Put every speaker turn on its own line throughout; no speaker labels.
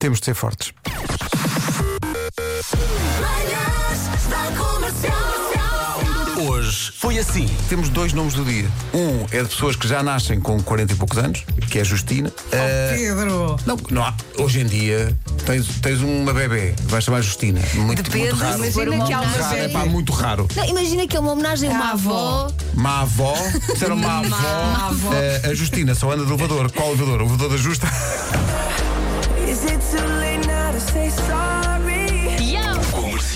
Temos de ser fortes.
Manhãs da Comercial.
Hoje foi assim. Temos dois nomes do dia. Um é de pessoas que já nascem com 40 e poucos anos, que é a Justina. Ah,
Oh, Pedro!
não, não há. Hoje em dia tens, tens uma bebê, vais chamar Justina. Muito,
Depende,
muito raro.
imagina
Muito
que há uma
raro, é
bebé.
pá, muito raro.
Não, imagina que é uma homenagem a
Ah,
uma
À avó.
avó.
Má avó, se era uma avó,
Má avó.
eh, a Justina só anda de elevador. Qual elevador? O elevador da Justa.
Is it too late now to say sorry?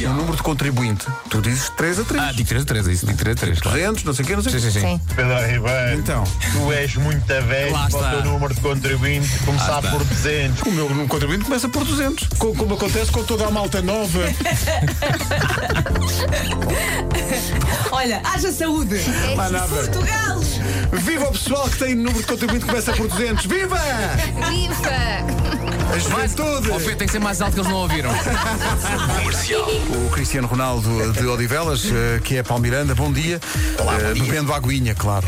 O número de contribuinte. Tu dizes 3 a 3.
Ah, digo 3 a 3, é isso, digo 3 a 3, claro.
200, não sei o quê, não sei o
Sim,
quê.
sim, sim.
Sim.
Pedro Ribeiro,
Então.
tu és muito velho
Lá
para o
está.
teu número de contribuinte
Lá
começar
está.
por 200.
O meu número de contribuinte começa por 200.
Co- como acontece com toda a malta nova.
Olha, haja saúde!
Lá nada.
Portugal!
Viva o pessoal que tem número de contribuinte que começa por 200. Viva!
Viva!
A
Ó,
juventude!
Fê, tem que ser mais alto que eles não ouviram.
O Cristiano Ronaldo de Odivelas, eh, que é Palmiranda, bom dia. Olá, Bebendo aguinha, claro.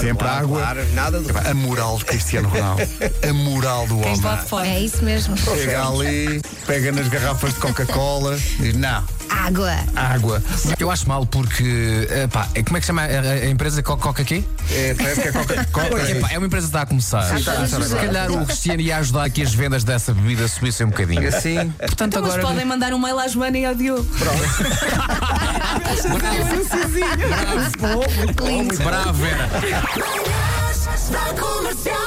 Sempre
claro,
água.
claro, nada de-
A moral de Cristiano Ronaldo. A moral do homem.
Tens lá de fora.
É isso mesmo.
Chega ali, pega nas garrafas de Coca-Cola, diz não,
Água.
água.
Eu acho mal porque, eh, pá, é- como é que chama a, a- a empresa Co- Coca aqui?
É, parece que é Coca-Cola.
É, pá, é uma empresa que está a começar. Se calhar o Cristiano ia ajudar aqui as vendas dessa bebida a subissem um bocadinho.
Assim,
Portanto,
Mas
agora.
podem mandar um mail à Joana e ao Diogo.
Bravo, Vera.
Manhãs da Comercial.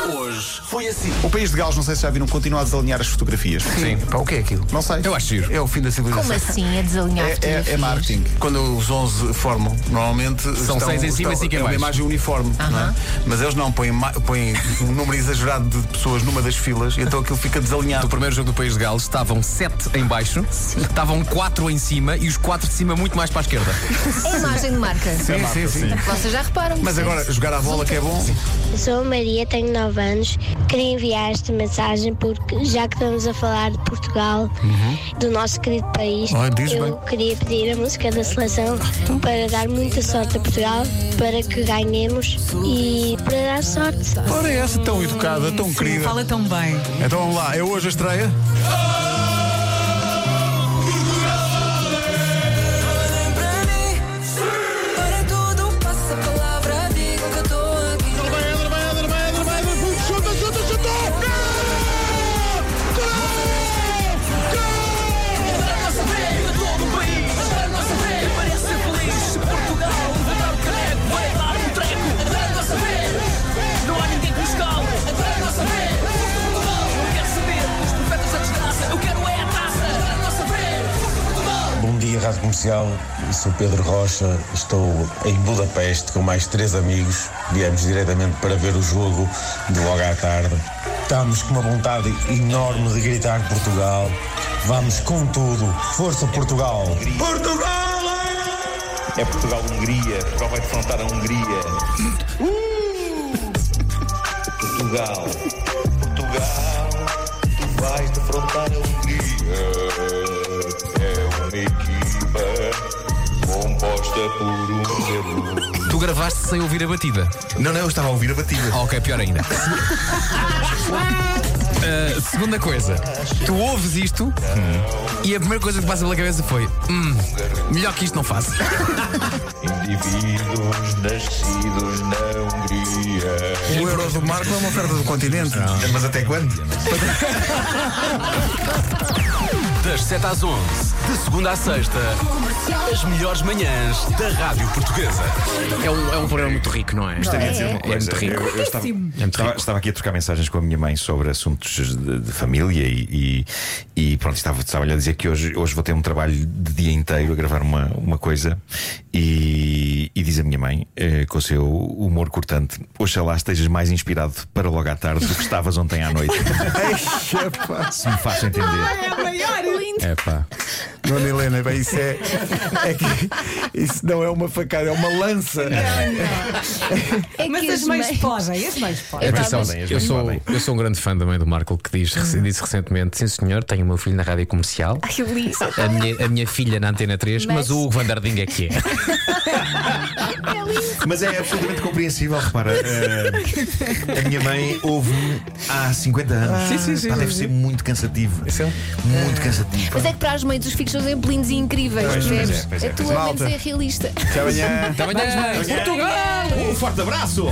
assim. O país de Gales, não sei se já viram, continua a desalinhar as fotografias.
sim. Pá, o que é aquilo?
Não sei.
Eu acho giro.
É o fim da civilização.
Como assim? A desalinhar
É, é- é
fotografias?
marketing.
Quando os 11 formam, normalmente
São seis em cima e cinco em
é uma
baixo.
imagem uniforme, não é? mas eles não põem, ma- põem um número exagerado de pessoas numa das filas, e então aquilo fica
No
desalinhado.
primeiro jogo do País de Gales estavam 7 em baixo, estavam 4 em cima e os 4 de cima muito mais para a esquerda.
É imagem de marca.
Sim, sim, sim.
Vocês já reparam.
Mas agora, jogar à bola que é bom,
Sou a Maria, tenho 9 anos. Queria enviar esta mensagem porque, já que estamos a falar de Portugal, do nosso querido país,
Uhum. Olha, diz
eu
bem. Ah, então.
queria pedir a música da seleção para dar muita sorte a Portugal, para que ganhemos e para dar sorte.
ora é essa tão educada, tão
Sim,
querida.
fala tão bem.
Então vamos lá, é hoje a estreia?
Olhem para mim, para tudo passa a palavra, digo que eu estou aqui. é, um
Bom dia, Rádio Comercial. Sou Pedro Rocha. Estou em Budapeste com mais três amigos. Viemos diretamente para ver o jogo de logo à tarde. Estamos com uma vontade enorme de gritar Portugal. Vamos com tudo. Força Portugal!
É Portugal-Hungria, Portugal vai defrontar a Hungria. Portugal, Portugal, tu vais defrontar a Hungria. É uma equipa composta por um zero.
Tu gravaste sem ouvir a batida.
Não, não, eu estava a ouvir a batida.
Ah, ok, pior ainda. Ah, segunda coisa, tu ouves isto e a primeira coisa que passa pela cabeça foi: hum, melhor que isto não faço.
Indivíduos nascidos na Hungria.
O euro do Marco é uma oferta do continente.
Mas até quando?
Das 7 às 11, de segunda à sexta, as melhores manhãs da Rádio Portuguesa. É um, é um programa muito rico, não é?
Gostaria de dizer uma
É
coisa.
muito rico.
Eu- eu estava,
Estava, estava aqui a trocar mensagens com a minha mãe sobre assuntos de, de família e, e, e pronto, estava, estava-lhe a dizer que hoje, hoje vou ter um trabalho de dia inteiro a gravar uma, uma coisa e, e diz a minha mãe, eh, com o seu humor cortante, oxalá estejas mais inspirado para logo à tarde do que estavas ontem à noite. Se me faço entender.
É Ah, maior!
É pá.
Dona Helena, bem, isso é, é que- isso não é uma facada, é uma lança.
É
Mas as mães podem, as mães podem.
Atenção, eu, sou, eu sou um grande fã também do Marco que diz, disse recentemente: Sim, senhor, tenho o meu filho na rádio comercial,
que lindo.
a minha, a minha filha na antena 3, mas,
Mas-
o Hugo Vandarding é que é.
Mas é absolutamente compreensível, repara. eh, a minha mãe ouve-me há 50 anos.
Sim, sim, sim.
Pá, deve ser muito cansativo. Muito cansativo.
Mas é que para as mães dos filhos são exemplinhos incríveis,
Pois, pois
percebes?
é, pois é,
a tua
pois é.
menos
Malta.
é realista.
Até amanhã.
Vamos, vamos.
Portugal! Um forte abraço!